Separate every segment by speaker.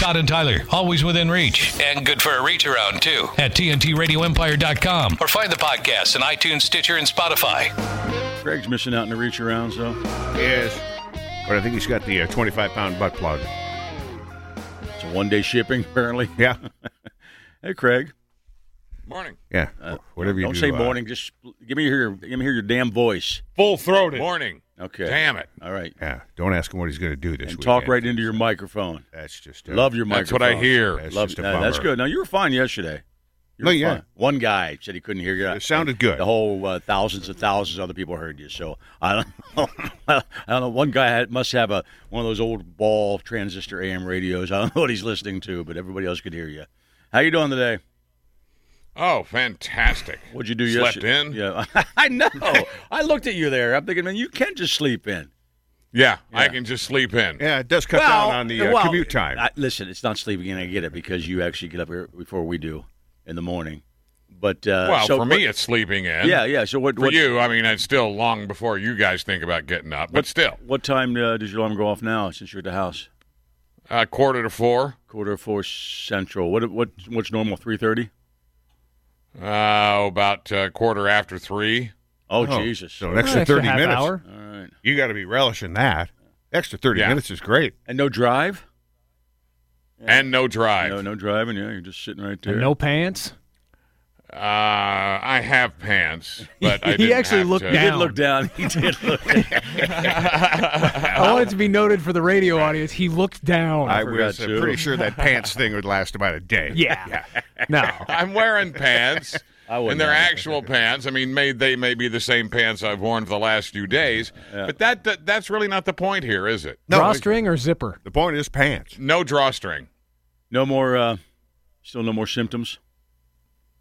Speaker 1: Todd and Tyler, always within reach. And good for a reach around, too, at TNTRadioEmpire.com or find the podcast in iTunes, Stitcher, and Spotify.
Speaker 2: Greg's missing out in the reach around, so
Speaker 3: Yes. But I think he's got the uh, 25 pound butt plug.
Speaker 2: it's a one day shipping, apparently.
Speaker 3: Yeah.
Speaker 2: Hey, Craig.
Speaker 4: Morning.
Speaker 3: Yeah. Whatever you
Speaker 2: Don't
Speaker 3: do,
Speaker 2: say
Speaker 3: uh,
Speaker 2: morning. Just give me your give me hear your damn voice.
Speaker 4: Full throated. Morning.
Speaker 2: Okay.
Speaker 4: Damn it.
Speaker 2: All right.
Speaker 3: Yeah. Don't ask him what he's going to do this
Speaker 2: And
Speaker 3: week.
Speaker 2: talk right into your microphone.
Speaker 3: That's just.
Speaker 2: Love your
Speaker 4: That's
Speaker 2: microphone.
Speaker 4: what I hear.
Speaker 3: That's
Speaker 2: Love
Speaker 3: just a
Speaker 2: uh, That's
Speaker 3: bummer.
Speaker 2: good. Now you were fine yesterday. You
Speaker 3: No,
Speaker 2: were
Speaker 3: yeah.
Speaker 2: fine. One guy said he couldn't hear you.
Speaker 3: It sounded good.
Speaker 2: The whole uh, thousands and thousands of other people heard you. So I don't know. I don't know. One guy had, must have a one of those old ball transistor AM radios. I don't know what he's listening to, but everybody else could hear you. How you doing today?
Speaker 4: Oh, fantastic.
Speaker 2: What'd you do
Speaker 4: Slept
Speaker 2: yesterday?
Speaker 4: in?
Speaker 2: Yeah, I know. I looked at you there. I'm thinking, man, you can just sleep in.
Speaker 4: Yeah, I can just sleep in.
Speaker 3: Yeah, it does cut
Speaker 2: well,
Speaker 3: down on the uh,
Speaker 2: well,
Speaker 3: commute time.
Speaker 2: I, listen, it's not sleeping in. I get it because you actually get up here before we do in the morning. But uh,
Speaker 4: well,
Speaker 2: so
Speaker 4: for me,
Speaker 2: what-
Speaker 4: it's sleeping in.
Speaker 2: yeah, yeah. So what?
Speaker 4: For
Speaker 2: what,
Speaker 4: you, I mean, it's still long before you guys think about getting up, but still,
Speaker 2: What time uh, does your alarm go off now? Since you're at the house,
Speaker 4: uh, quarter to four.
Speaker 2: quarter of four central. What? What? What's normal? Three thirty.
Speaker 4: Uh, about uh, quarter after three.
Speaker 2: Oh,
Speaker 3: Oh,
Speaker 2: Jesus!
Speaker 3: So
Speaker 2: All
Speaker 3: an extra
Speaker 5: Extra
Speaker 3: 30
Speaker 5: half
Speaker 3: minutes.
Speaker 5: hour.
Speaker 2: right.
Speaker 3: You got to be relishing that. Extra 30
Speaker 4: Yeah.
Speaker 3: minutes is great.
Speaker 2: And no drive.
Speaker 4: And no drive.
Speaker 2: No, no driving. Yeah, you're just sitting right there.
Speaker 5: And no pants.
Speaker 4: Uh, I have pants, but I
Speaker 5: He
Speaker 4: didn't
Speaker 5: actually
Speaker 4: have
Speaker 5: looked
Speaker 4: to-
Speaker 2: He did
Speaker 5: down.
Speaker 2: look down. He did look.
Speaker 5: I want it to be noted for the radio audience. He looked down.
Speaker 3: I
Speaker 2: forgot
Speaker 3: was uh,
Speaker 2: to.
Speaker 3: pretty sure that pants thing would last about a day.
Speaker 5: yeah. No.
Speaker 4: I'm wearing pants,
Speaker 2: I wouldn't
Speaker 4: and they're
Speaker 2: know.
Speaker 4: actual pants. I mean, may they may be the same pants I've worn for the last few days, but that, that that's really not the point here, is it?
Speaker 3: No,
Speaker 5: Drawstring or zipper?
Speaker 3: The point is pants.
Speaker 4: No drawstring.
Speaker 2: no more. Uh, still no more symptoms.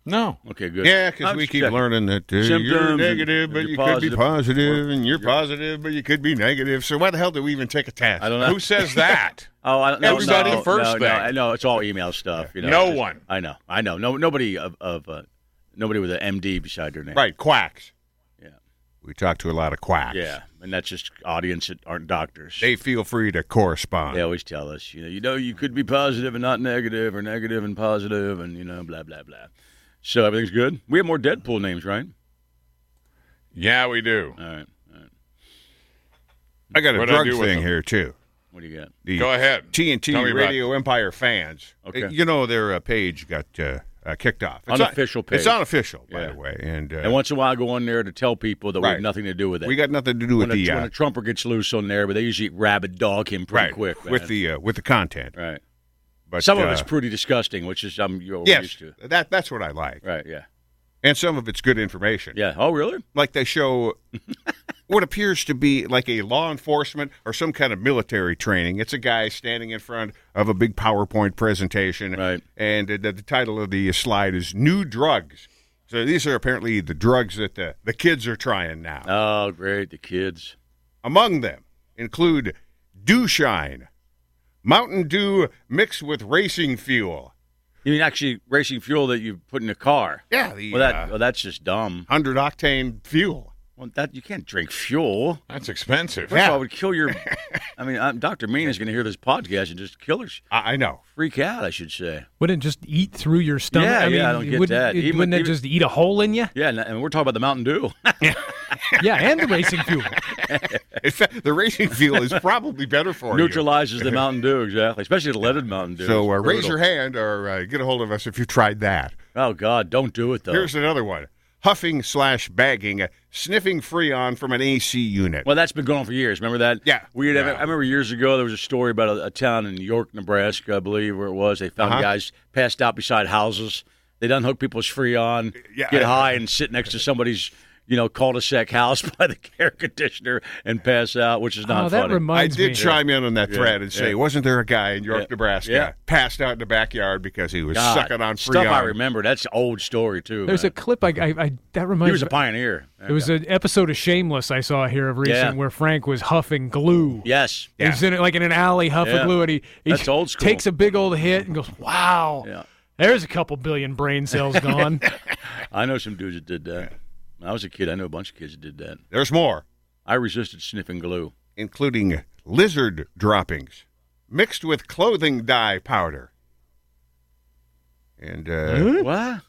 Speaker 4: No.
Speaker 2: Okay, good.
Speaker 3: Yeah, because
Speaker 2: I'm
Speaker 3: we
Speaker 2: just
Speaker 3: keep
Speaker 2: checking.
Speaker 3: learning that uh,
Speaker 2: Symptoms
Speaker 3: you're
Speaker 2: and-
Speaker 3: negative,
Speaker 2: and
Speaker 3: but
Speaker 2: you're
Speaker 3: you could be
Speaker 2: positive.
Speaker 3: positive,
Speaker 2: Or-
Speaker 3: and you're
Speaker 2: you're-
Speaker 3: positive, but you could be negative. So why the hell do we even take a test?
Speaker 2: I don't know.
Speaker 4: Who says that?
Speaker 2: Oh, I, no,
Speaker 4: Everybody
Speaker 2: no,
Speaker 4: first
Speaker 2: no,
Speaker 4: thing.
Speaker 2: No, I know it's all email stuff. You know,
Speaker 4: No
Speaker 2: It's-
Speaker 4: one.
Speaker 2: I know. I know. No, nobody of, of uh, nobody with an MD beside their name.
Speaker 3: Right, quacks.
Speaker 2: Yeah.
Speaker 3: We talk to a lot of quacks.
Speaker 2: Yeah, and that's just audience that aren't doctors.
Speaker 3: They feel free to correspond.
Speaker 2: They always tell us, you know, you know, you could be positive and not negative, or negative and positive, and you know, blah blah blah. So everything's good. We have more Deadpool names, right?
Speaker 4: Yeah, we do.
Speaker 2: All right. All right.
Speaker 3: I got a
Speaker 4: What'd I
Speaker 3: drug
Speaker 4: do with
Speaker 3: thing
Speaker 4: them?
Speaker 3: here, too.
Speaker 2: What do you got?
Speaker 3: The
Speaker 4: Go ahead. Tell me
Speaker 3: TNT
Speaker 4: about it.
Speaker 3: Radio Empire fans.
Speaker 2: Okay.
Speaker 3: Uh, You know, their uh, page got uh, uh, kicked off. It's
Speaker 2: Unofficial
Speaker 3: un- It's
Speaker 2: page.
Speaker 3: unofficial, by
Speaker 2: Yeah.
Speaker 3: the way. And, uh,
Speaker 2: And once in a while, I go on there to tell people that we
Speaker 3: Right.
Speaker 2: have nothing to do with it.
Speaker 3: we got nothing to do with
Speaker 2: when,
Speaker 3: the
Speaker 2: a, when
Speaker 3: uh,
Speaker 2: a Trumper gets loose on there, but they usually rabid dog him pretty
Speaker 3: right,
Speaker 2: quick.
Speaker 3: with
Speaker 2: man.
Speaker 3: the uh, with the content.
Speaker 2: right.
Speaker 3: But
Speaker 2: Some of
Speaker 3: uh,
Speaker 2: it's pretty disgusting, which is I'm you're
Speaker 3: yes,
Speaker 2: used to.
Speaker 3: that that's what I like,
Speaker 2: Right. Yeah.
Speaker 3: and some of it's good information.
Speaker 2: Yeah. Oh, really?
Speaker 3: like they show what appears to be like a law enforcement or some kind of military training. It's a guy standing in front of a big PowerPoint presentation,
Speaker 2: Right.
Speaker 3: And the, the title of the slide is "New Drugs." So these are apparently the drugs that the, the kids are trying now.
Speaker 2: Oh, great. The kids.
Speaker 3: Among them include Dew Shine, Mountain Dew mixed with racing fuel.
Speaker 2: You mean actually racing fuel that you put in a car?
Speaker 3: Yeah, the
Speaker 2: Well, that
Speaker 3: uh,
Speaker 2: well, that's just dumb.
Speaker 3: hundred octane fuel.
Speaker 2: Well, that you can't drink fuel.
Speaker 4: That's expensive.
Speaker 2: First
Speaker 3: Yeah.
Speaker 2: of all, it would kill your. I mean, i Dr. Mean is going to hear this podcast and just kill her,
Speaker 3: I, I know.
Speaker 2: freak out. I should say.
Speaker 5: Wouldn't it just eat through your stomach?
Speaker 2: Yeah,
Speaker 5: I mean,
Speaker 2: yeah, I don't
Speaker 5: it
Speaker 2: get
Speaker 5: wouldn't,
Speaker 2: that.
Speaker 5: It,
Speaker 2: Even-
Speaker 5: wouldn't it
Speaker 2: even-
Speaker 5: just eat a hole in you?
Speaker 2: Yeah, and, and we're talking about the Mountain Dew.
Speaker 5: Yeah, and the racing fuel.
Speaker 3: In fact, the racing fuel is probably better for you.
Speaker 2: Neutralizes the Mountain Dew exactly, especially the leaded Mountain Dew.
Speaker 3: So uh,
Speaker 2: It's
Speaker 3: raise
Speaker 2: brutal.
Speaker 3: your hand or uh, get a hold of us if you tried that.
Speaker 2: Oh God, don't do it though.
Speaker 3: Here's another one: huffing slash bagging, uh, sniffing freon from an AC unit.
Speaker 2: Well, that's been going on for years. Remember that?
Speaker 3: Yeah.
Speaker 2: We had,
Speaker 3: Yeah.
Speaker 2: I remember years ago there was a story about a, a town in York, Nebraska, I believe, where it was. They found
Speaker 3: Uh-huh.
Speaker 2: guys passed out beside houses. They'd unhook people's freon,
Speaker 3: Yeah,
Speaker 2: get
Speaker 3: I-
Speaker 2: high, and sit next to somebody's you know, cul-de-sac house by the air conditioner and pass out, which is not
Speaker 5: oh, that
Speaker 2: funny.
Speaker 3: I
Speaker 5: reminds
Speaker 3: did
Speaker 5: me.
Speaker 3: chime in on that thread and say,
Speaker 2: yeah.
Speaker 3: wasn't there a guy in York,
Speaker 2: Yeah.
Speaker 3: Nebraska,
Speaker 2: Yeah.
Speaker 3: passed out in the backyard because he was
Speaker 2: God,
Speaker 3: sucking on free
Speaker 2: stuff I
Speaker 3: iron?
Speaker 2: remember. That's an old story too.
Speaker 5: There's
Speaker 2: man.
Speaker 5: a clip I, I, I that
Speaker 2: he
Speaker 5: reminds
Speaker 2: was
Speaker 5: me.
Speaker 2: a pioneer.
Speaker 5: There was an episode of Shameless I saw here of recent
Speaker 2: Yeah.
Speaker 5: where Frank was huffing glue.
Speaker 2: yes.
Speaker 5: He was in it like in an alley huffing
Speaker 2: Yeah.
Speaker 5: glue, and he, he
Speaker 2: That's old school.
Speaker 5: takes a big old hit and goes, "Wow,
Speaker 2: Yeah.
Speaker 5: there's a couple billion brain cells gone."
Speaker 2: I know some dudes that did that. When I was a kid, I knew a bunch of kids that did that.
Speaker 3: There's more,
Speaker 2: I resisted sniffing glue.
Speaker 3: including lizard droppings mixed with clothing dye powder. And uh,
Speaker 2: What?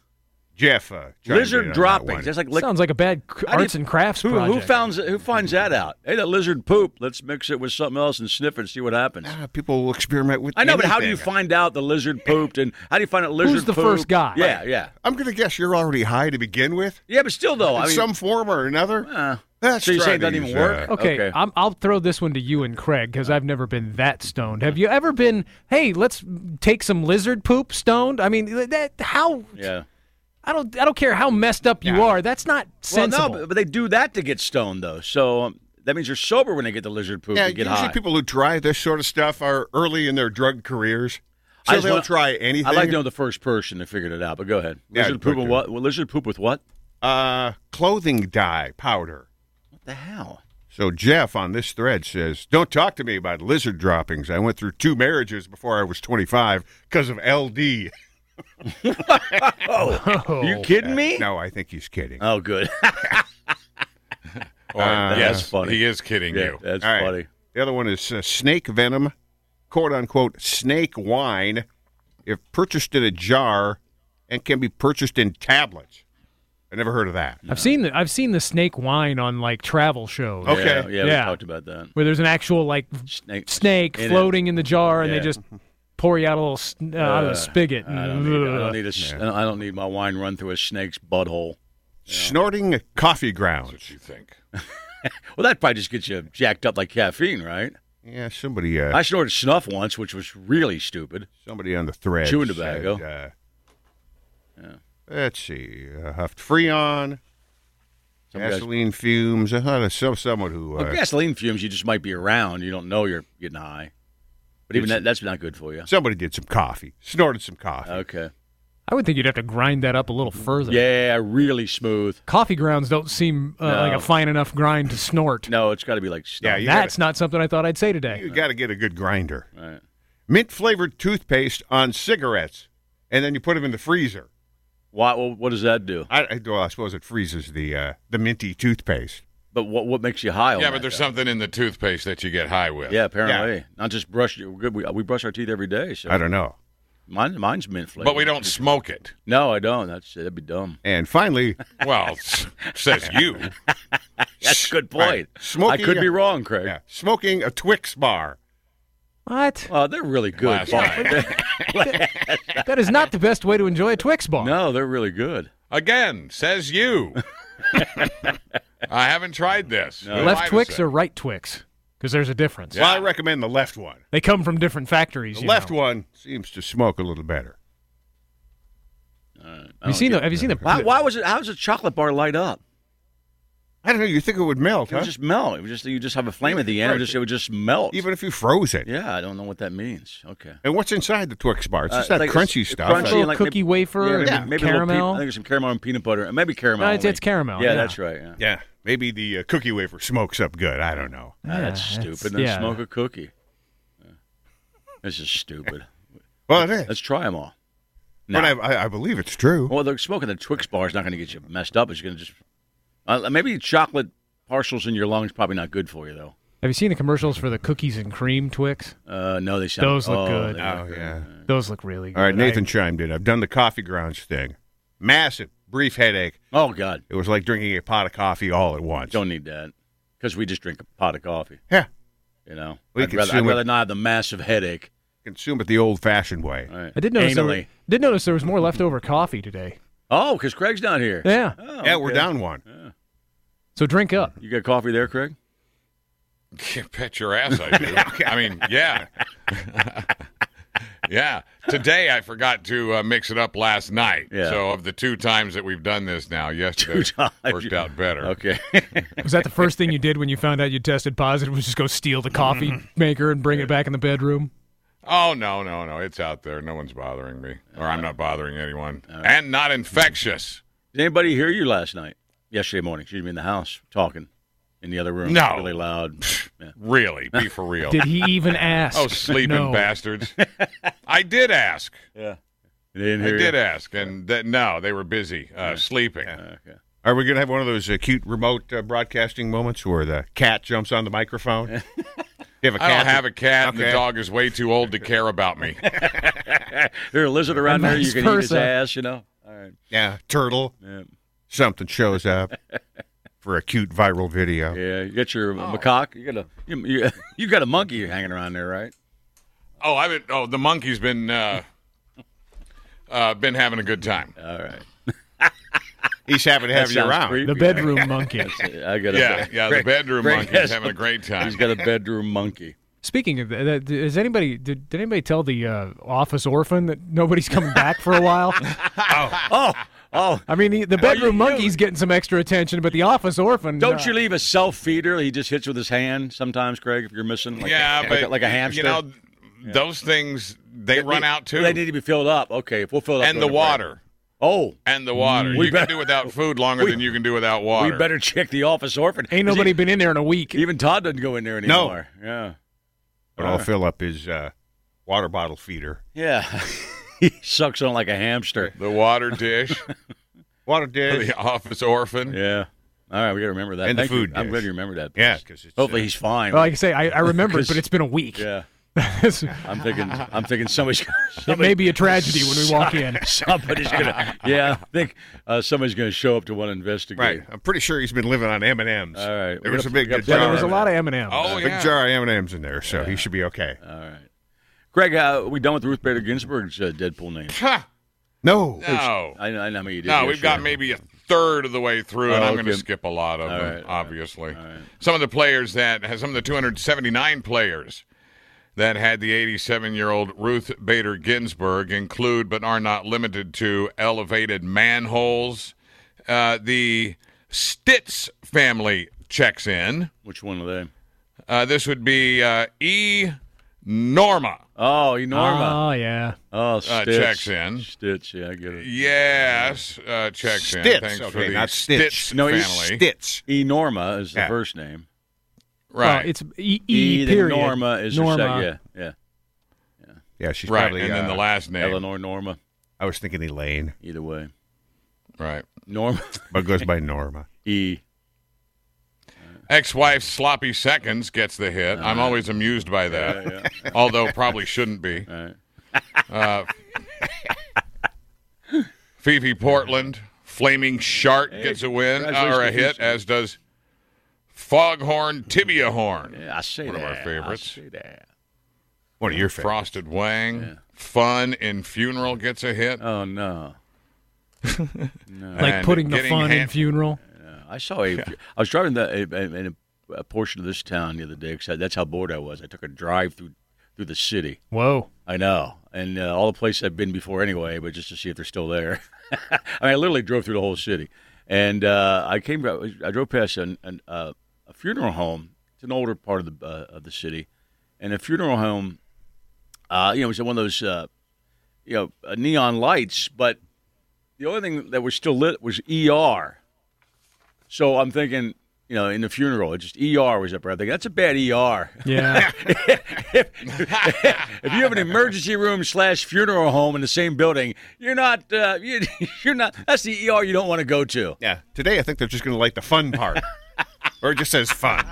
Speaker 3: Jeff, uh, chimed in
Speaker 2: Lizard
Speaker 3: on that one.
Speaker 2: droppings. That's like lick-
Speaker 5: Sounds like a bad
Speaker 2: I
Speaker 5: c-
Speaker 2: didn't-
Speaker 5: arts and crafts
Speaker 2: who,
Speaker 5: project.
Speaker 2: who founds who finds that out? Hey, that lizard poop. Let's mix it with something else and sniff it and see what happens.
Speaker 3: Ah, people will experiment with.
Speaker 2: I know, but how do you
Speaker 3: anything.
Speaker 2: find out the lizard pooped and how do you find out lizard?
Speaker 5: the
Speaker 2: poop?
Speaker 5: first guy?
Speaker 2: Yeah, yeah,
Speaker 3: I'm going to guess you're already high to begin with,
Speaker 2: yeah. But still, though,
Speaker 3: in
Speaker 2: Oh, I mean,
Speaker 3: some form or another.
Speaker 2: uh,
Speaker 3: Let's
Speaker 2: so you're
Speaker 3: try
Speaker 2: saying it doesn't
Speaker 3: these,
Speaker 2: even work?
Speaker 3: uh,
Speaker 5: Okay,
Speaker 2: Okay.
Speaker 5: I'm, I'll throw this one to you and Craig because I've never been that stoned. Have you ever been? Hey, let's take some lizard poop stoned. I mean, that how
Speaker 2: yeah.
Speaker 5: I don't I don't care how messed up you are. That's not sensible.
Speaker 2: Well, no, but, but they do that to get stoned, though. So um, that means you're sober when they get the lizard poop
Speaker 3: Yeah,
Speaker 2: to get
Speaker 3: usually
Speaker 2: high.
Speaker 3: people who try this sort of stuff are early in their drug careers,
Speaker 2: I
Speaker 3: so
Speaker 2: just
Speaker 3: they'll
Speaker 2: wanna-
Speaker 3: try anything.
Speaker 2: I'd like to know the first person that figured it out, but go ahead.
Speaker 3: Yeah,
Speaker 2: Lizard poop
Speaker 3: quick,
Speaker 2: with
Speaker 3: uh,
Speaker 2: what? Well, lizard poop with what?
Speaker 3: uh, clothing dye powder.
Speaker 2: What the hell?
Speaker 3: So Jeff on this thread says, "Don't talk to me about lizard droppings. I went through two marriages before I was 25 because of LD."
Speaker 5: Oh.
Speaker 2: Are you kidding me?
Speaker 3: No, I think he's kidding.
Speaker 2: Oh, good.
Speaker 4: Or-
Speaker 3: Uh,
Speaker 4: yes,
Speaker 2: that's funny.
Speaker 4: he is kidding
Speaker 2: yeah,
Speaker 4: you.
Speaker 2: that's
Speaker 3: All right.
Speaker 2: funny.
Speaker 3: The other one is uh, snake venom, quote unquote snake wine, if purchased in a jar, and can be purchased in tablets. I never heard of that.
Speaker 5: I've seen the I've seen the snake wine on like travel shows
Speaker 3: Okay.
Speaker 2: Yeah, yeah,
Speaker 5: Yeah.
Speaker 2: we talked about that.
Speaker 5: where there's an actual like
Speaker 2: Snake.
Speaker 5: snake
Speaker 2: in it.
Speaker 5: floating in the jar and
Speaker 2: Yeah.
Speaker 5: they just pour you out a little sn- uh, out of
Speaker 2: Uh,
Speaker 5: a spigot.
Speaker 2: I don't need, I don't need a s- I don't need my wine run through a snake's butthole.
Speaker 3: Snorting coffee grounds.
Speaker 4: You think?
Speaker 2: Well, that probably just gets you jacked up like caffeine, right?
Speaker 3: Yeah, somebody uh,
Speaker 2: I snorted snuff once, which was really stupid.
Speaker 3: somebody on the thread.
Speaker 2: Chewing
Speaker 3: said,
Speaker 2: tobacco.
Speaker 3: uh, Let's see. Uh, huffed Freon,
Speaker 2: Some guys-
Speaker 3: gasoline fumes. I thought of some, someone who.
Speaker 2: Well,
Speaker 3: Uh,
Speaker 2: gasoline fumes, you just might be around. You don't know you're getting high. But even that, that's not good for you.
Speaker 3: Somebody did some coffee, snorted some coffee.
Speaker 2: Okay.
Speaker 5: I would think you'd have to grind that up a little further.
Speaker 2: Yeah, really smooth.
Speaker 5: Coffee grounds don't seem uh,
Speaker 2: No.
Speaker 5: like a fine enough grind to snort.
Speaker 2: No, it's got to be like snuff.
Speaker 3: Yeah, you gotta-
Speaker 5: That's not something I thought I'd say today.
Speaker 3: You got to get a good grinder.
Speaker 2: Right.
Speaker 3: Mint flavored toothpaste on cigarettes, and then you put them in the freezer.
Speaker 2: Why, well, what does that do?
Speaker 3: I, I, well, I suppose it freezes the uh, the minty toothpaste.
Speaker 2: But what what makes you high? on
Speaker 4: Yeah,
Speaker 2: that,
Speaker 4: but there's
Speaker 2: though?
Speaker 4: something in the toothpaste that you get high with.
Speaker 2: Oh Yeah, apparently not just brush. We're good. We, we brush our teeth every day. So
Speaker 3: I don't know.
Speaker 2: mine mine's mint flavored.
Speaker 4: But we don't smoke it.
Speaker 2: No, I don't. That's that'd be dumb.
Speaker 3: And finally,
Speaker 4: Well, s- says you.
Speaker 2: That's a good point.
Speaker 3: Right. Smoking-
Speaker 2: I could be wrong, Craig.
Speaker 3: yeah, smoking a Twix bar.
Speaker 5: What?
Speaker 2: Well, Oh, they're really good.
Speaker 4: Last night.
Speaker 5: That is not the best way to enjoy a Twix bar.
Speaker 2: no, they're really good.
Speaker 4: Again, says you. I haven't tried this. Who am I
Speaker 5: Left
Speaker 4: to
Speaker 5: Twix
Speaker 4: say?
Speaker 5: or right Twix? Because there's a difference.
Speaker 3: Well, I recommend the left one.
Speaker 5: They come from different factories.
Speaker 3: The
Speaker 5: you
Speaker 3: left
Speaker 5: know.
Speaker 3: one seems to smoke a little better.
Speaker 5: Have you seen
Speaker 3: Oh,
Speaker 5: the? Have you seen the?
Speaker 2: Why, why was it? How does a chocolate bar light up?
Speaker 3: I don't know. You think it would melt,
Speaker 2: It would
Speaker 3: huh?
Speaker 2: just melt. It would just you just have a flame at the end. It would just it would just melt.
Speaker 3: Even if you froze it.
Speaker 2: yeah, I don't know what that means. Okay.
Speaker 3: And what's inside the Twix bar? It's
Speaker 2: Uh,
Speaker 3: just that
Speaker 2: like
Speaker 3: crunchy
Speaker 2: it's- it's
Speaker 3: stuff.
Speaker 2: crunchy.
Speaker 5: Little
Speaker 2: like
Speaker 5: cookie
Speaker 2: maybe-
Speaker 5: wafer
Speaker 2: maybe-
Speaker 5: and
Speaker 2: maybe a little pe-
Speaker 5: caramel.
Speaker 2: I think there's some caramel and peanut butter, and maybe caramel.
Speaker 5: No, it's-
Speaker 2: only.
Speaker 5: it's caramel,
Speaker 2: Yeah,
Speaker 5: yeah.
Speaker 2: that's right. Yeah. Ah,
Speaker 3: Yeah, maybe the uh, cookie wafer smokes up good. I don't know.
Speaker 2: Ah, that's
Speaker 5: Yeah,
Speaker 2: stupid.
Speaker 5: that's-
Speaker 2: then
Speaker 5: yeah.
Speaker 2: smoke a cookie. Yeah. This is stupid.
Speaker 3: Well, it is.
Speaker 2: Let's try them all.
Speaker 3: But I, I, I believe it's true.
Speaker 2: Well, the smoking the Twix bar is not going to get you messed up. It's going to just uh, maybe chocolate parcels in your lungs probably not good for you though.
Speaker 5: Have you seen the commercials for the cookies and cream Twix?
Speaker 2: Uh, no, they sound
Speaker 5: Those look
Speaker 2: oh,
Speaker 5: good.
Speaker 2: they
Speaker 3: Oh,
Speaker 2: look good.
Speaker 3: yeah.
Speaker 5: Those look really good.
Speaker 3: All right, Nathan
Speaker 5: I-
Speaker 3: chimed in. I've done the coffee grounds thing. Massive, brief headache.
Speaker 2: Oh God,
Speaker 3: It was like drinking a pot of coffee all at once.
Speaker 2: don't need that because we just drink a pot of coffee.
Speaker 3: Yeah.
Speaker 2: You know,
Speaker 3: We
Speaker 2: I'd rather,
Speaker 3: consume
Speaker 2: I'd
Speaker 3: it-
Speaker 2: rather not have the massive headache.
Speaker 3: Consume it the old fashioned way.
Speaker 2: All right.
Speaker 5: I did notice. There, were-
Speaker 2: Anally.
Speaker 5: did notice there was more leftover coffee today.
Speaker 2: Oh, because Craig's not here.
Speaker 5: Yeah.
Speaker 2: Oh,
Speaker 3: yeah, we're
Speaker 2: okay.
Speaker 3: down one.
Speaker 5: So drink up.
Speaker 2: You got coffee there, Craig?
Speaker 4: You bet your ass I do. I mean, yeah. yeah. Today I forgot to uh, mix it up last night.
Speaker 2: Yeah.
Speaker 4: So of the two times that we've done this now, yesterday
Speaker 2: times.
Speaker 4: worked out better.
Speaker 2: Okay.
Speaker 5: Was that the first thing you did when you found out you tested positive? Was just go steal the coffee maker and bring it back in the bedroom?
Speaker 4: Oh no, no, no! It's out there. No one's bothering me, or I'm not bothering anyone, and not infectious.
Speaker 2: Did anybody hear you last night? Yesterday morning, excuse me, in the house talking in the other room.
Speaker 4: No.
Speaker 2: Really loud. Yeah.
Speaker 4: Really, be for real.
Speaker 5: Did he even ask?
Speaker 4: oh, sleeping
Speaker 5: No.
Speaker 4: bastards! I did ask.
Speaker 2: They didn't
Speaker 4: I
Speaker 2: hear
Speaker 4: did
Speaker 2: you.
Speaker 4: ask, and that no, they were busy uh, sleeping.
Speaker 2: Okay.
Speaker 3: Are we going to have one of those uh, cute remote uh, broadcasting moments where the cat jumps on the microphone? you have a
Speaker 4: I
Speaker 3: cat?
Speaker 4: don't have a cat, and the
Speaker 3: Okay.
Speaker 4: dog is way too old to care about me.
Speaker 2: There's a lizard around there. You
Speaker 5: vice
Speaker 2: can eat his
Speaker 5: versa.
Speaker 2: ass, you know? All right.
Speaker 3: Yeah, turtle.
Speaker 2: Yeah.
Speaker 3: Something shows up for a cute viral video.
Speaker 2: Yeah, you got your macaque. Oh. You got a you, you, you got a monkey hanging around there, right?
Speaker 4: Oh, I've been. Oh, the monkey's been uh, uh, been having a good time.
Speaker 2: All right.
Speaker 3: He's happy to have you
Speaker 2: sounds
Speaker 3: around.
Speaker 2: creepy.
Speaker 5: The bedroom monkey.
Speaker 2: I got a
Speaker 4: Yeah,
Speaker 2: bed-
Speaker 4: yeah. The
Speaker 2: great-
Speaker 4: bedroom
Speaker 2: great
Speaker 4: monkey's
Speaker 2: ass-
Speaker 4: having a great time.
Speaker 2: He's got a bedroom monkey.
Speaker 5: Speaking of that, that, is anybody did, did anybody tell the uh, office orphan that nobody's coming back for a while?
Speaker 2: Oh, oh!
Speaker 5: I mean, the, the
Speaker 2: you
Speaker 5: bedroom monkey's getting some extra attention, but the office orphan.
Speaker 2: Don't
Speaker 5: uh,
Speaker 2: you leave a self feeder? He just hits with his hand sometimes, Craig. If you're missing, like,
Speaker 4: yeah,
Speaker 2: like,
Speaker 4: but
Speaker 2: a- like a hamster.
Speaker 4: You know, those things they run out too,
Speaker 2: They need to be filled up. Okay, if we'll fill it up.
Speaker 4: and the
Speaker 2: during break.
Speaker 4: water.
Speaker 2: Oh,
Speaker 4: And the water.
Speaker 2: We
Speaker 4: you
Speaker 2: better-
Speaker 4: can do without food longer
Speaker 2: we-
Speaker 4: than you can do without water.
Speaker 2: we better check the office orphan.
Speaker 5: Ain't
Speaker 2: 'Cause
Speaker 5: nobody been in there in a week.
Speaker 2: e- even Todd doesn't go in there anymore. Yeah,
Speaker 3: But I'll fill up his uh, water bottle feeder.
Speaker 2: yeah. he sucks on like a hamster.
Speaker 4: The water dish,
Speaker 3: Water
Speaker 2: Oh,
Speaker 4: for
Speaker 3: dish.
Speaker 4: the office orphan.
Speaker 2: Yeah. All right, we got to remember that.
Speaker 3: And the
Speaker 2: Thank you.
Speaker 3: food
Speaker 2: I'm
Speaker 3: dish.
Speaker 2: glad you remembered that.
Speaker 3: Yeah,
Speaker 2: Bruce.
Speaker 3: 'cause it's,
Speaker 2: hopefully
Speaker 3: uh,
Speaker 2: he's fine.
Speaker 5: Well, like I say, I, I remember it, but
Speaker 2: 'Cause-
Speaker 5: it's been a week.
Speaker 2: yeah.
Speaker 5: it
Speaker 2: I'm thinking. I'm thinking somebody's.
Speaker 5: may be a tragedy when we walk in.
Speaker 2: Somebody's gonna. Yeah, I think uh, somebody's gonna show up to want to investigate.
Speaker 3: Right. I'm pretty sure he's been living on M&Ms.
Speaker 2: All right.
Speaker 3: There
Speaker 2: We're
Speaker 3: was a
Speaker 2: gonna-
Speaker 3: big
Speaker 2: we gotta
Speaker 3: good
Speaker 2: put
Speaker 5: Yeah,
Speaker 3: jar.
Speaker 5: there was a
Speaker 3: of
Speaker 5: lot of M and M's.
Speaker 4: Oh
Speaker 3: Big
Speaker 4: yeah.
Speaker 3: jar of M&Ms in there, so he should be okay.
Speaker 2: All right. Greg, uh, we done with Ruth Bader Ginsburg's uh, Deadpool name.
Speaker 4: Ha!
Speaker 3: No.
Speaker 4: No,
Speaker 2: I, I know how you did.
Speaker 4: no. We've
Speaker 2: yesterday.
Speaker 4: got maybe a third of the way through, and
Speaker 2: Oh,
Speaker 4: I'm going
Speaker 2: okay.
Speaker 4: to skip a lot of
Speaker 2: All
Speaker 4: them.
Speaker 2: right, all right,
Speaker 4: obviously, some of the players that some of the 279 players that had the 87 year old Ruth Bader Ginsburg include, but are not limited to, elevated manholes. Uh, the Stitz family checks in.
Speaker 2: Which one are they?
Speaker 4: Uh, this would be uh, E. Norma.
Speaker 2: Oh, Enorma.
Speaker 5: Oh yeah.
Speaker 2: oh, Stitch.
Speaker 4: uh, checks in.
Speaker 2: Stitch. Yeah, I get it.
Speaker 4: Yes, uh, checks in.
Speaker 3: Stitz.
Speaker 4: Thanks for
Speaker 3: Okay,
Speaker 4: the
Speaker 3: not Stitch.
Speaker 4: Stitz
Speaker 2: No,
Speaker 4: family.
Speaker 2: he's
Speaker 3: Stitz.
Speaker 4: E-
Speaker 2: Enorma is the
Speaker 3: Yeah.
Speaker 2: first name.
Speaker 4: Right.
Speaker 5: Well, it's E,
Speaker 2: E,
Speaker 5: e
Speaker 2: then
Speaker 5: period.
Speaker 2: Norma is her
Speaker 5: Norma.
Speaker 2: second. Yeah, yeah.
Speaker 3: Yeah, she's
Speaker 4: right.
Speaker 3: probably.
Speaker 4: And then
Speaker 3: uh,
Speaker 4: the last name.
Speaker 2: Eleanor Norma.
Speaker 3: I was thinking Elaine,
Speaker 2: Either way,
Speaker 4: Right.
Speaker 2: Norma
Speaker 3: but goes by Norma.
Speaker 2: E.
Speaker 4: Ex wife Sloppy Seconds gets the hit.
Speaker 2: Uh-huh.
Speaker 4: I'm always amused by that, although probably shouldn't be. Uh,
Speaker 2: All right.
Speaker 4: Fifi Portland, Flaming Shark gets a win or a
Speaker 2: congratulations to
Speaker 4: hit,
Speaker 2: Houston.
Speaker 4: as does Foghorn Tibia Horn.
Speaker 2: Yeah, I say
Speaker 4: One of
Speaker 2: that.
Speaker 4: our
Speaker 2: I
Speaker 4: favorites.
Speaker 2: say that.
Speaker 3: One of your favorites.
Speaker 4: Frosted Wang. Fun in Funeral gets a hit.
Speaker 2: Oh no.
Speaker 5: Like
Speaker 4: And
Speaker 5: putting the
Speaker 4: getting
Speaker 5: fun in
Speaker 4: hand-
Speaker 5: funeral.
Speaker 2: I saw a. I was driving the a, a, in a, a portion of this town the other day. Cause I- that's how bored I was. I took a drive through through the city.
Speaker 5: Whoa.
Speaker 2: I know, and uh, all the places I've been before anyway, but just to see if they're still there. I mean, I literally drove through the whole city, and uh, I came. I drove past an, an, uh, a funeral home. It's an older part of the uh, of the city, and a funeral home. Uh, you know, it was one of those uh, you know uh, neon lights, but the only thing that was still lit was ER. So I'm thinking, you know, in the funeral, it just ER was up there. I think that's a bad ER
Speaker 5: Yeah.
Speaker 2: if you have an emergency room slash funeral home in the same building, you're not. Uh, you, you're not. That's the ER you don't want to go to.
Speaker 3: Yeah. Today, I think they're just going to like the fun part, or it just says fun.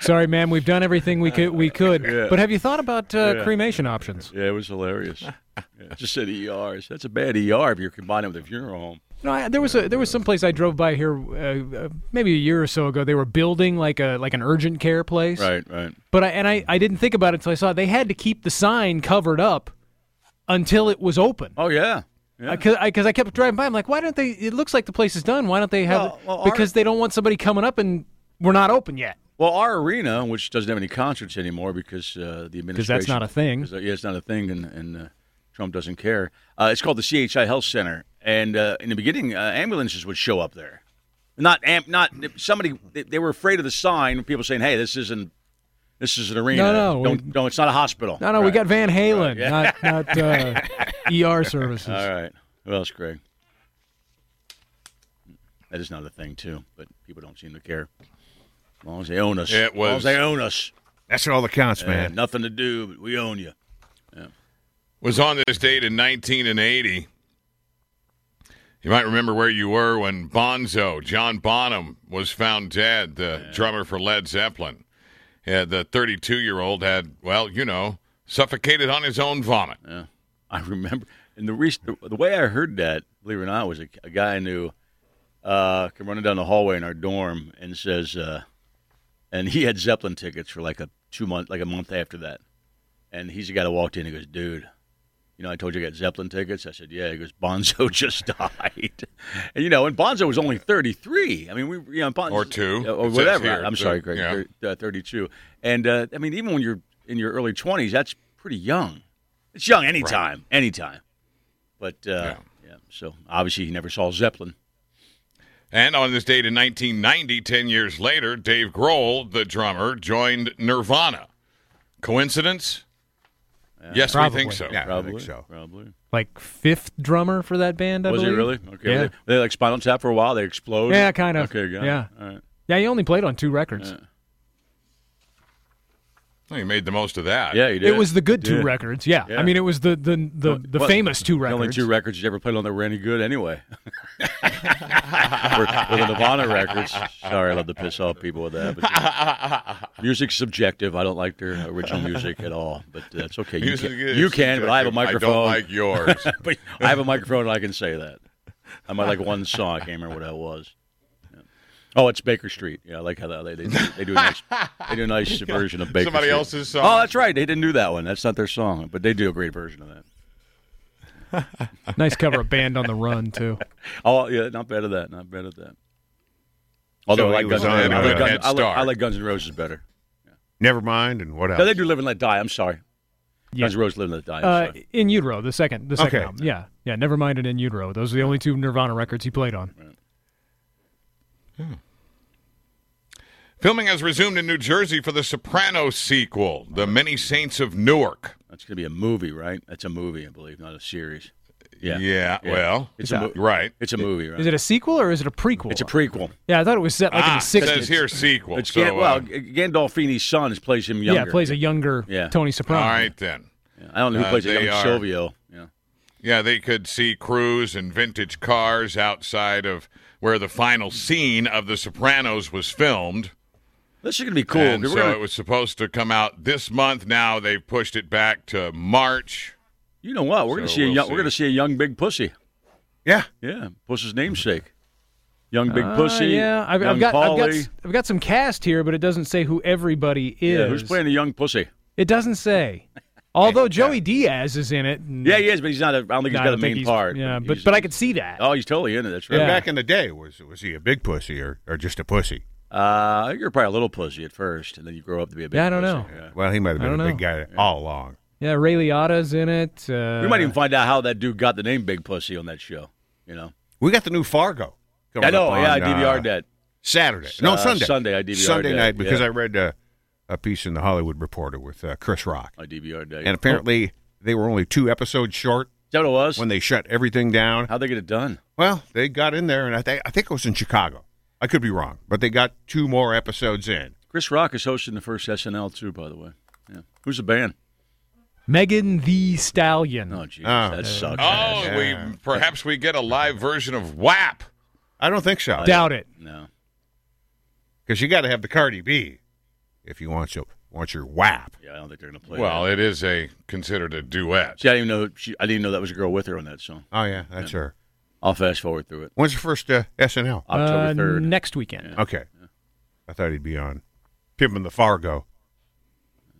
Speaker 5: Sorry, ma'am. We've done everything we could. We could. But have you thought about uh, cremation options?
Speaker 2: Yeah, it was hilarious. just said ERs. That's a bad ER if you're combining it with a funeral home.
Speaker 5: No, I, there was a there was some place I drove by here uh, uh, maybe a year or so ago. They were building like a like an urgent care place.
Speaker 2: Right, right.
Speaker 5: But I and I, I didn't think about it until I saw it. They had to keep the sign covered up until it was open.
Speaker 2: Oh yeah. yeah.
Speaker 5: Because I, 'cause I kept driving by, I'm like, why don't they? It looks like the place is done. Why don't they have?
Speaker 2: Well- well,
Speaker 5: because they don't want somebody coming up and we're not open yet.
Speaker 2: Well, our arena, which doesn't have any concerts anymore because uh, the administration.
Speaker 5: that's not a thing.
Speaker 2: 'cause, uh, yeah, it's not a thing, and, and uh, Trump doesn't care. Uh, it's called the CHI Health Center, and uh, in the beginning, uh, ambulances would show up there. Not amp, not somebody. They, they were afraid of the sign. People saying, "Hey, this isn't, this is an arena.
Speaker 5: No, no,
Speaker 2: don't,
Speaker 5: we-
Speaker 2: don't. It's not a hospital."
Speaker 5: No, no, we
Speaker 2: Right.
Speaker 5: got Van Halen, not not uh, ER services.
Speaker 2: All right. What else, Greg? That is not a thing too, but people don't seem to care. As long as they own us.
Speaker 4: It
Speaker 2: As long as
Speaker 4: was-
Speaker 2: they own us.
Speaker 3: That's all that counts,
Speaker 2: Man.
Speaker 3: man.
Speaker 2: nothing to do, but we own you.
Speaker 4: was on this date in 1980. You might remember where you were when Bonzo, John Bonham, was found dead, the drummer for Led Zeppelin. Yeah, the 32 year old had, well, you know, suffocated on his own vomit.
Speaker 2: I remember, and the reason, the way I heard that, believe it or not, was a, a guy I knew uh, came running down the hallway in our dorm and says, uh, and he had Zeppelin tickets for like a two month, like a month after that, and he's the guy that walked in. He goes, dude. You know, I told you I got Zeppelin tickets. I said, "Yeah." He goes, "Bonzo just died," and you know, and Bonzo was only thirty-three. I mean, we, you know, Bonzo,
Speaker 4: Or two.
Speaker 2: or
Speaker 4: It says
Speaker 2: whatever.
Speaker 4: here,
Speaker 2: I'm
Speaker 4: so,
Speaker 2: sorry, Greg,
Speaker 4: yeah.
Speaker 2: thir- uh, thirty-two. And uh, I mean, even when you're in your early twenties, that's pretty young. It's young anytime, anytime. But uh, yeah.
Speaker 4: Yeah.
Speaker 2: so obviously he never saw Zeppelin.
Speaker 4: And on this date in 1990, 10 years later, Dave Grohl, the drummer, joined Nirvana. Coincidence? yes,
Speaker 5: Probably.
Speaker 4: we think so.
Speaker 3: Yeah,
Speaker 2: Probably
Speaker 3: I think so.
Speaker 2: Probably
Speaker 5: Like fifth drummer for that band, I
Speaker 2: was he
Speaker 5: believe.
Speaker 2: really okay?
Speaker 5: Yeah.
Speaker 2: Were they, were they like Spinal Tap for a while. They explode.
Speaker 5: Yeah, kind of.
Speaker 2: Okay, got it.
Speaker 5: Yeah.
Speaker 2: All right.
Speaker 5: Yeah, he only played on two records.
Speaker 4: Well, you made the most of that.
Speaker 2: Yeah, you did.
Speaker 5: It was the good two
Speaker 2: Yeah.
Speaker 5: records. Yeah.
Speaker 2: Yeah.
Speaker 5: I mean, it was the the the, the
Speaker 2: Well,
Speaker 5: famous two
Speaker 2: The
Speaker 5: records.
Speaker 2: only two records you ever played on that were any good, anyway. were, were the Nirvana records. Sorry, I love to piss off people with that. But music's subjective. I don't like their original music at all, but that's okay. You
Speaker 4: Music
Speaker 2: can,
Speaker 4: is
Speaker 2: you can but I have a
Speaker 4: subjective.
Speaker 2: microphone.
Speaker 4: I don't like yours.
Speaker 2: but I have a microphone and I can say that. I might like one song. I can't remember what that was. Yeah. Oh, it's Baker Street. Yeah, I like how they they, they do a nice they do a nice version of Baker.
Speaker 4: Somebody
Speaker 2: Street.
Speaker 4: else's song.
Speaker 2: Oh, that's right. They didn't do that one. That's not their song, but they do a great version of that.
Speaker 5: Nice cover of Band on the Run too.
Speaker 2: Oh, yeah, not bad at that. Not bad at that. Although
Speaker 3: he
Speaker 2: I like
Speaker 3: was
Speaker 2: Guns, I
Speaker 3: on
Speaker 2: like
Speaker 3: a
Speaker 2: Guns-
Speaker 4: head
Speaker 2: I like- I
Speaker 4: start.
Speaker 2: like Guns N' Roses better.
Speaker 3: Never mind, and what else?
Speaker 2: No, they do Live and Let Die. I'm sorry.
Speaker 5: Yeah.
Speaker 2: Guns N' Roses Live and Let Die. I'm
Speaker 5: Uh,
Speaker 2: sorry.
Speaker 5: in utero, the second, the second
Speaker 3: Okay.
Speaker 5: album. Yeah, yeah. Never mind it in utero. Those are the only two Nirvana records he played on.
Speaker 4: Filming has resumed in New Jersey for the Sopranos sequel, The Many Saints of Newark.
Speaker 2: That's going to be a movie, right? That's a movie, I believe, not a series. Yeah.
Speaker 4: Yeah,
Speaker 2: Yeah.
Speaker 4: well,
Speaker 2: It's a mo-
Speaker 4: right.
Speaker 2: It's a movie, right?
Speaker 5: Is it a sequel or is it a prequel?
Speaker 2: it's a prequel.
Speaker 5: yeah, I thought it was set like in
Speaker 4: ah,
Speaker 5: the
Speaker 4: it
Speaker 5: sixties.
Speaker 4: says here sequel.
Speaker 2: It's
Speaker 4: so,
Speaker 2: Gan- well,
Speaker 4: uh,
Speaker 2: G- Gandolfini's son is plays him younger.
Speaker 5: Yeah, plays a younger
Speaker 2: Yeah.
Speaker 5: Tony Soprano.
Speaker 4: all right then.
Speaker 2: I don't know who
Speaker 4: Uh,
Speaker 2: plays it.
Speaker 4: they
Speaker 2: young
Speaker 4: are-
Speaker 2: Silvio. Yeah.
Speaker 4: Yeah, they could see crews and vintage cars outside of where the final scene of The Sopranos was filmed.
Speaker 2: This is going to be cool.
Speaker 4: And
Speaker 2: 'cause
Speaker 4: so
Speaker 2: we're gonna-
Speaker 4: it was supposed to come out this month. Now they've pushed it back to March.
Speaker 2: you know what? We're going to
Speaker 4: So
Speaker 2: see a
Speaker 4: we'll
Speaker 2: young, we're
Speaker 4: see.
Speaker 2: going to see a young big pussy.
Speaker 3: yeah,
Speaker 2: Yeah, Pussy's namesake. Young big
Speaker 5: Ah,
Speaker 2: pussy.
Speaker 5: yeah, I've, I've
Speaker 2: Young
Speaker 5: got, I've got,
Speaker 2: Polly.
Speaker 5: s- I've got some cast here, but it doesn't say who everybody is.
Speaker 2: Yeah, who's playing a young pussy?
Speaker 5: It doesn't say. Although Joey Diaz is in it. and-
Speaker 2: Yeah, he is, but he's not. A, I don't think
Speaker 5: No,
Speaker 2: he's
Speaker 5: I
Speaker 2: got a
Speaker 5: don't think
Speaker 2: main
Speaker 5: he's-
Speaker 2: part.
Speaker 5: Yeah, but
Speaker 2: he's-
Speaker 5: but I could see that.
Speaker 2: Oh, he's totally in it. That's
Speaker 5: Yeah.
Speaker 2: right.
Speaker 3: Back in the day, was was he a big pussy or, or just a pussy?
Speaker 2: Uh, you're probably a little pussy at first, and then you grow up to be a big.
Speaker 5: Yeah, I don't
Speaker 2: pussy.
Speaker 5: know.
Speaker 2: Yeah.
Speaker 3: Well, he might have
Speaker 5: I
Speaker 3: been a
Speaker 5: don't
Speaker 3: big guy all along.
Speaker 5: Yeah, Ray Liotta's in it. Uh,
Speaker 2: We might even find out how that dude got the name Big Pussy on that show. You know.
Speaker 3: We got the new Fargo. coming
Speaker 2: I know.
Speaker 3: up on,
Speaker 2: yeah, I
Speaker 3: uh,
Speaker 2: DVR'd that.
Speaker 3: Saturday. No,
Speaker 2: Uh,
Speaker 3: Sunday.
Speaker 2: Sunday, I DVR'd
Speaker 3: Sunday
Speaker 2: that,
Speaker 3: night because
Speaker 2: yeah.
Speaker 3: I read uh, a piece in the Hollywood Reporter with uh, Chris Rock,
Speaker 2: I DVR'd that.
Speaker 3: and apparently they were only two episodes short
Speaker 2: Is that what it was?
Speaker 3: when they shut everything down.
Speaker 2: How'd they get it done?
Speaker 3: Well, they got in there, and I think I think it was in Chicago. I could be wrong, but they got two more episodes in.
Speaker 2: Chris Rock is hosting the first SNL too, by the way. Yeah. Who's the band?
Speaker 5: Megan the Stallion.
Speaker 2: Oh, jeez,
Speaker 3: Oh.
Speaker 2: that sucks.
Speaker 4: Oh,
Speaker 3: Yeah.
Speaker 4: we perhaps we get a live version of WAP.
Speaker 3: I don't think so
Speaker 5: Doubt it.
Speaker 2: No.
Speaker 3: because you got to have the Cardi B if you want your want your WAP.
Speaker 2: Yeah, I don't think they're gonna play.
Speaker 4: Well,
Speaker 2: that.
Speaker 4: it is a considered a duet.
Speaker 2: see, I didn't even know. She, I didn't even know that was a girl with her on that song.
Speaker 3: Oh yeah, that's her.
Speaker 2: I'll fast forward through it.
Speaker 3: When's the first uh, SNL?
Speaker 5: Uh,
Speaker 2: October third.
Speaker 5: next weekend.
Speaker 3: Okay, I thought he'd be on Pimpin' the Fargo.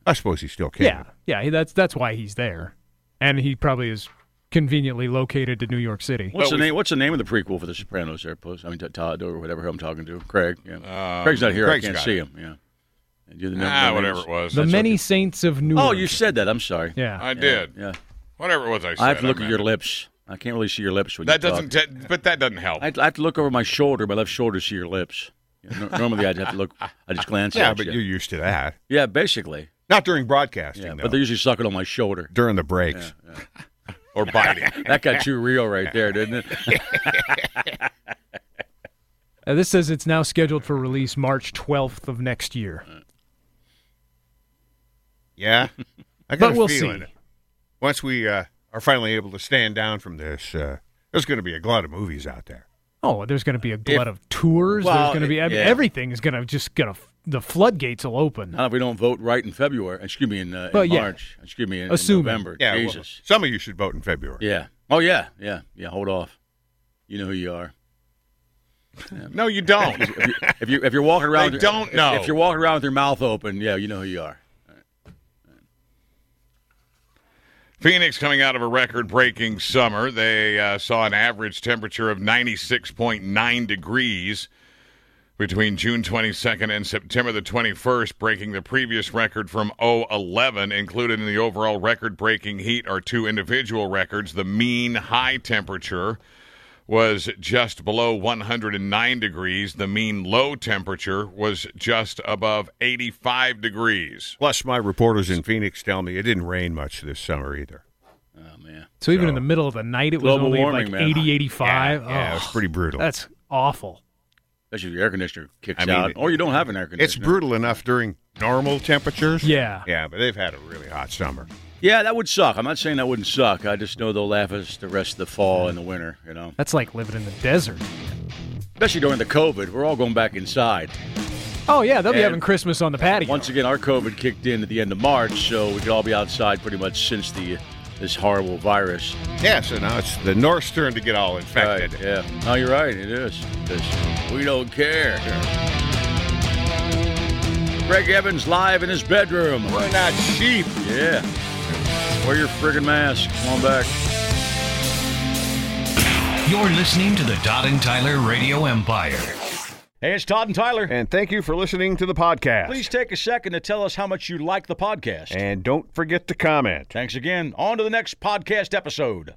Speaker 3: I suppose he still can.
Speaker 5: Yeah, yeah. he- That's that's why he's there, and he probably is conveniently located to New York City.
Speaker 2: What's
Speaker 4: But
Speaker 2: the
Speaker 4: we-
Speaker 2: name? What's the name of the prequel for The Sopranos? There, Puss? I mean, Todd or whatever I'm talking to. Craig. Yeah. Craig's not here.
Speaker 3: Craig's
Speaker 2: I can't
Speaker 3: got
Speaker 2: see
Speaker 3: it.
Speaker 2: him. Yeah. And you're the number
Speaker 4: Ah,
Speaker 2: one
Speaker 4: whatever it
Speaker 2: rated-
Speaker 4: was.
Speaker 5: The
Speaker 2: what
Speaker 5: many
Speaker 2: you-
Speaker 5: saints of New.
Speaker 2: Oh, you said that. I'm sorry.
Speaker 5: Yeah.
Speaker 4: I did.
Speaker 2: Yeah.
Speaker 4: Whatever it was I said.
Speaker 2: I have to look at
Speaker 4: meant-
Speaker 2: your lips. I can't really see your lips when
Speaker 4: That
Speaker 2: you
Speaker 4: doesn't,
Speaker 2: talk.
Speaker 4: t- but that doesn't help.
Speaker 2: I I have to look over my shoulder, my left shoulder, to see your lips. Yeah, no- normally, I'd have to look. I just glance
Speaker 3: Yeah,
Speaker 2: at
Speaker 3: but
Speaker 2: you.
Speaker 3: you're used to that.
Speaker 2: Yeah, basically.
Speaker 3: Not during broadcasting,
Speaker 2: Yeah,
Speaker 3: though.
Speaker 2: but they're usually sucking on my shoulder.
Speaker 3: during the breaks.
Speaker 4: or biting.
Speaker 2: That got too real right there, didn't it?
Speaker 5: Uh, this says it's now scheduled for release March 12th of next year.
Speaker 2: Uh,
Speaker 3: Yeah, I got
Speaker 5: But
Speaker 3: a
Speaker 5: we'll
Speaker 3: feeling
Speaker 5: see.
Speaker 3: once we uh, are finally able to stand down from this, uh, there's going to be a glut of movies out there.
Speaker 5: Oh, there's going to be a glut of tours.
Speaker 2: Well,
Speaker 5: there's going to be I mean,
Speaker 2: yeah.
Speaker 5: everything is going to just going to the floodgates will open.
Speaker 2: Not if we don't vote right in February. Excuse me, in, uh, in
Speaker 5: Well, yeah.
Speaker 2: March. Excuse me, in, in
Speaker 5: Assuming.
Speaker 2: November.
Speaker 3: Yeah, well,
Speaker 2: Jesus.
Speaker 3: some of you should vote in February.
Speaker 2: Yeah. Oh, yeah. Yeah. Yeah. Hold off. You know who you are.
Speaker 4: No, you don't.
Speaker 2: If, you, if, you, if you're walking around,
Speaker 4: They
Speaker 2: with-
Speaker 4: don't
Speaker 2: if-
Speaker 4: know.
Speaker 2: If, you're walking around with your mouth open, yeah, you know who you are.
Speaker 4: Phoenix coming out of a record breaking summer. They uh, saw an average temperature of 96.9 degrees between June 22nd and September the 21st, breaking the previous record from 011. Included in the overall record breaking heat are two individual records. The mean high temperature was just below 109 degrees, the mean low temperature was just above 85 degrees.
Speaker 3: Plus, my reporters in Phoenix tell me it didn't rain much this summer either.
Speaker 2: Oh man.
Speaker 5: So even in the middle of the night, it was
Speaker 2: Global
Speaker 5: only
Speaker 2: warming,
Speaker 5: like
Speaker 2: man.
Speaker 5: 80, 85.
Speaker 3: Yeah, it was
Speaker 5: Oh,
Speaker 3: pretty brutal.
Speaker 5: That's awful.
Speaker 2: That's if your air conditioner kicks
Speaker 3: I mean,
Speaker 2: out, or you don't have an air conditioner.
Speaker 3: it's brutal enough during normal temperatures.
Speaker 5: Yeah.
Speaker 3: Yeah, but they've had a really hot summer.
Speaker 2: Yeah, that would suck. I'm not saying that wouldn't suck. I just know they'll laugh at us the rest of the fall and the winter. You know,
Speaker 5: That's like living in the desert.
Speaker 2: especially during the COVID, we're all going back inside.
Speaker 5: Oh yeah, they'll be
Speaker 2: And
Speaker 5: having Christmas on the patio.
Speaker 2: Once again, our COVID kicked in at the end of March, so we could all be outside pretty much since the this horrible virus.
Speaker 3: Yeah, so now it's the North's turn to get all infected.
Speaker 2: Right, yeah. No, you're right. It is. It is. We don't care. Greg Evans live in his bedroom.
Speaker 3: We're not sheep.
Speaker 2: Yeah. Wear your friggin' mask. Come on back.
Speaker 1: You're listening to the Todd and Tyler Radio Empire.
Speaker 2: Hey, it's Todd and Tyler.
Speaker 6: And thank you for listening to the podcast.
Speaker 2: Please take a second to tell us how much you like the podcast.
Speaker 6: And don't forget to comment.
Speaker 2: Thanks again. On to the next podcast episode.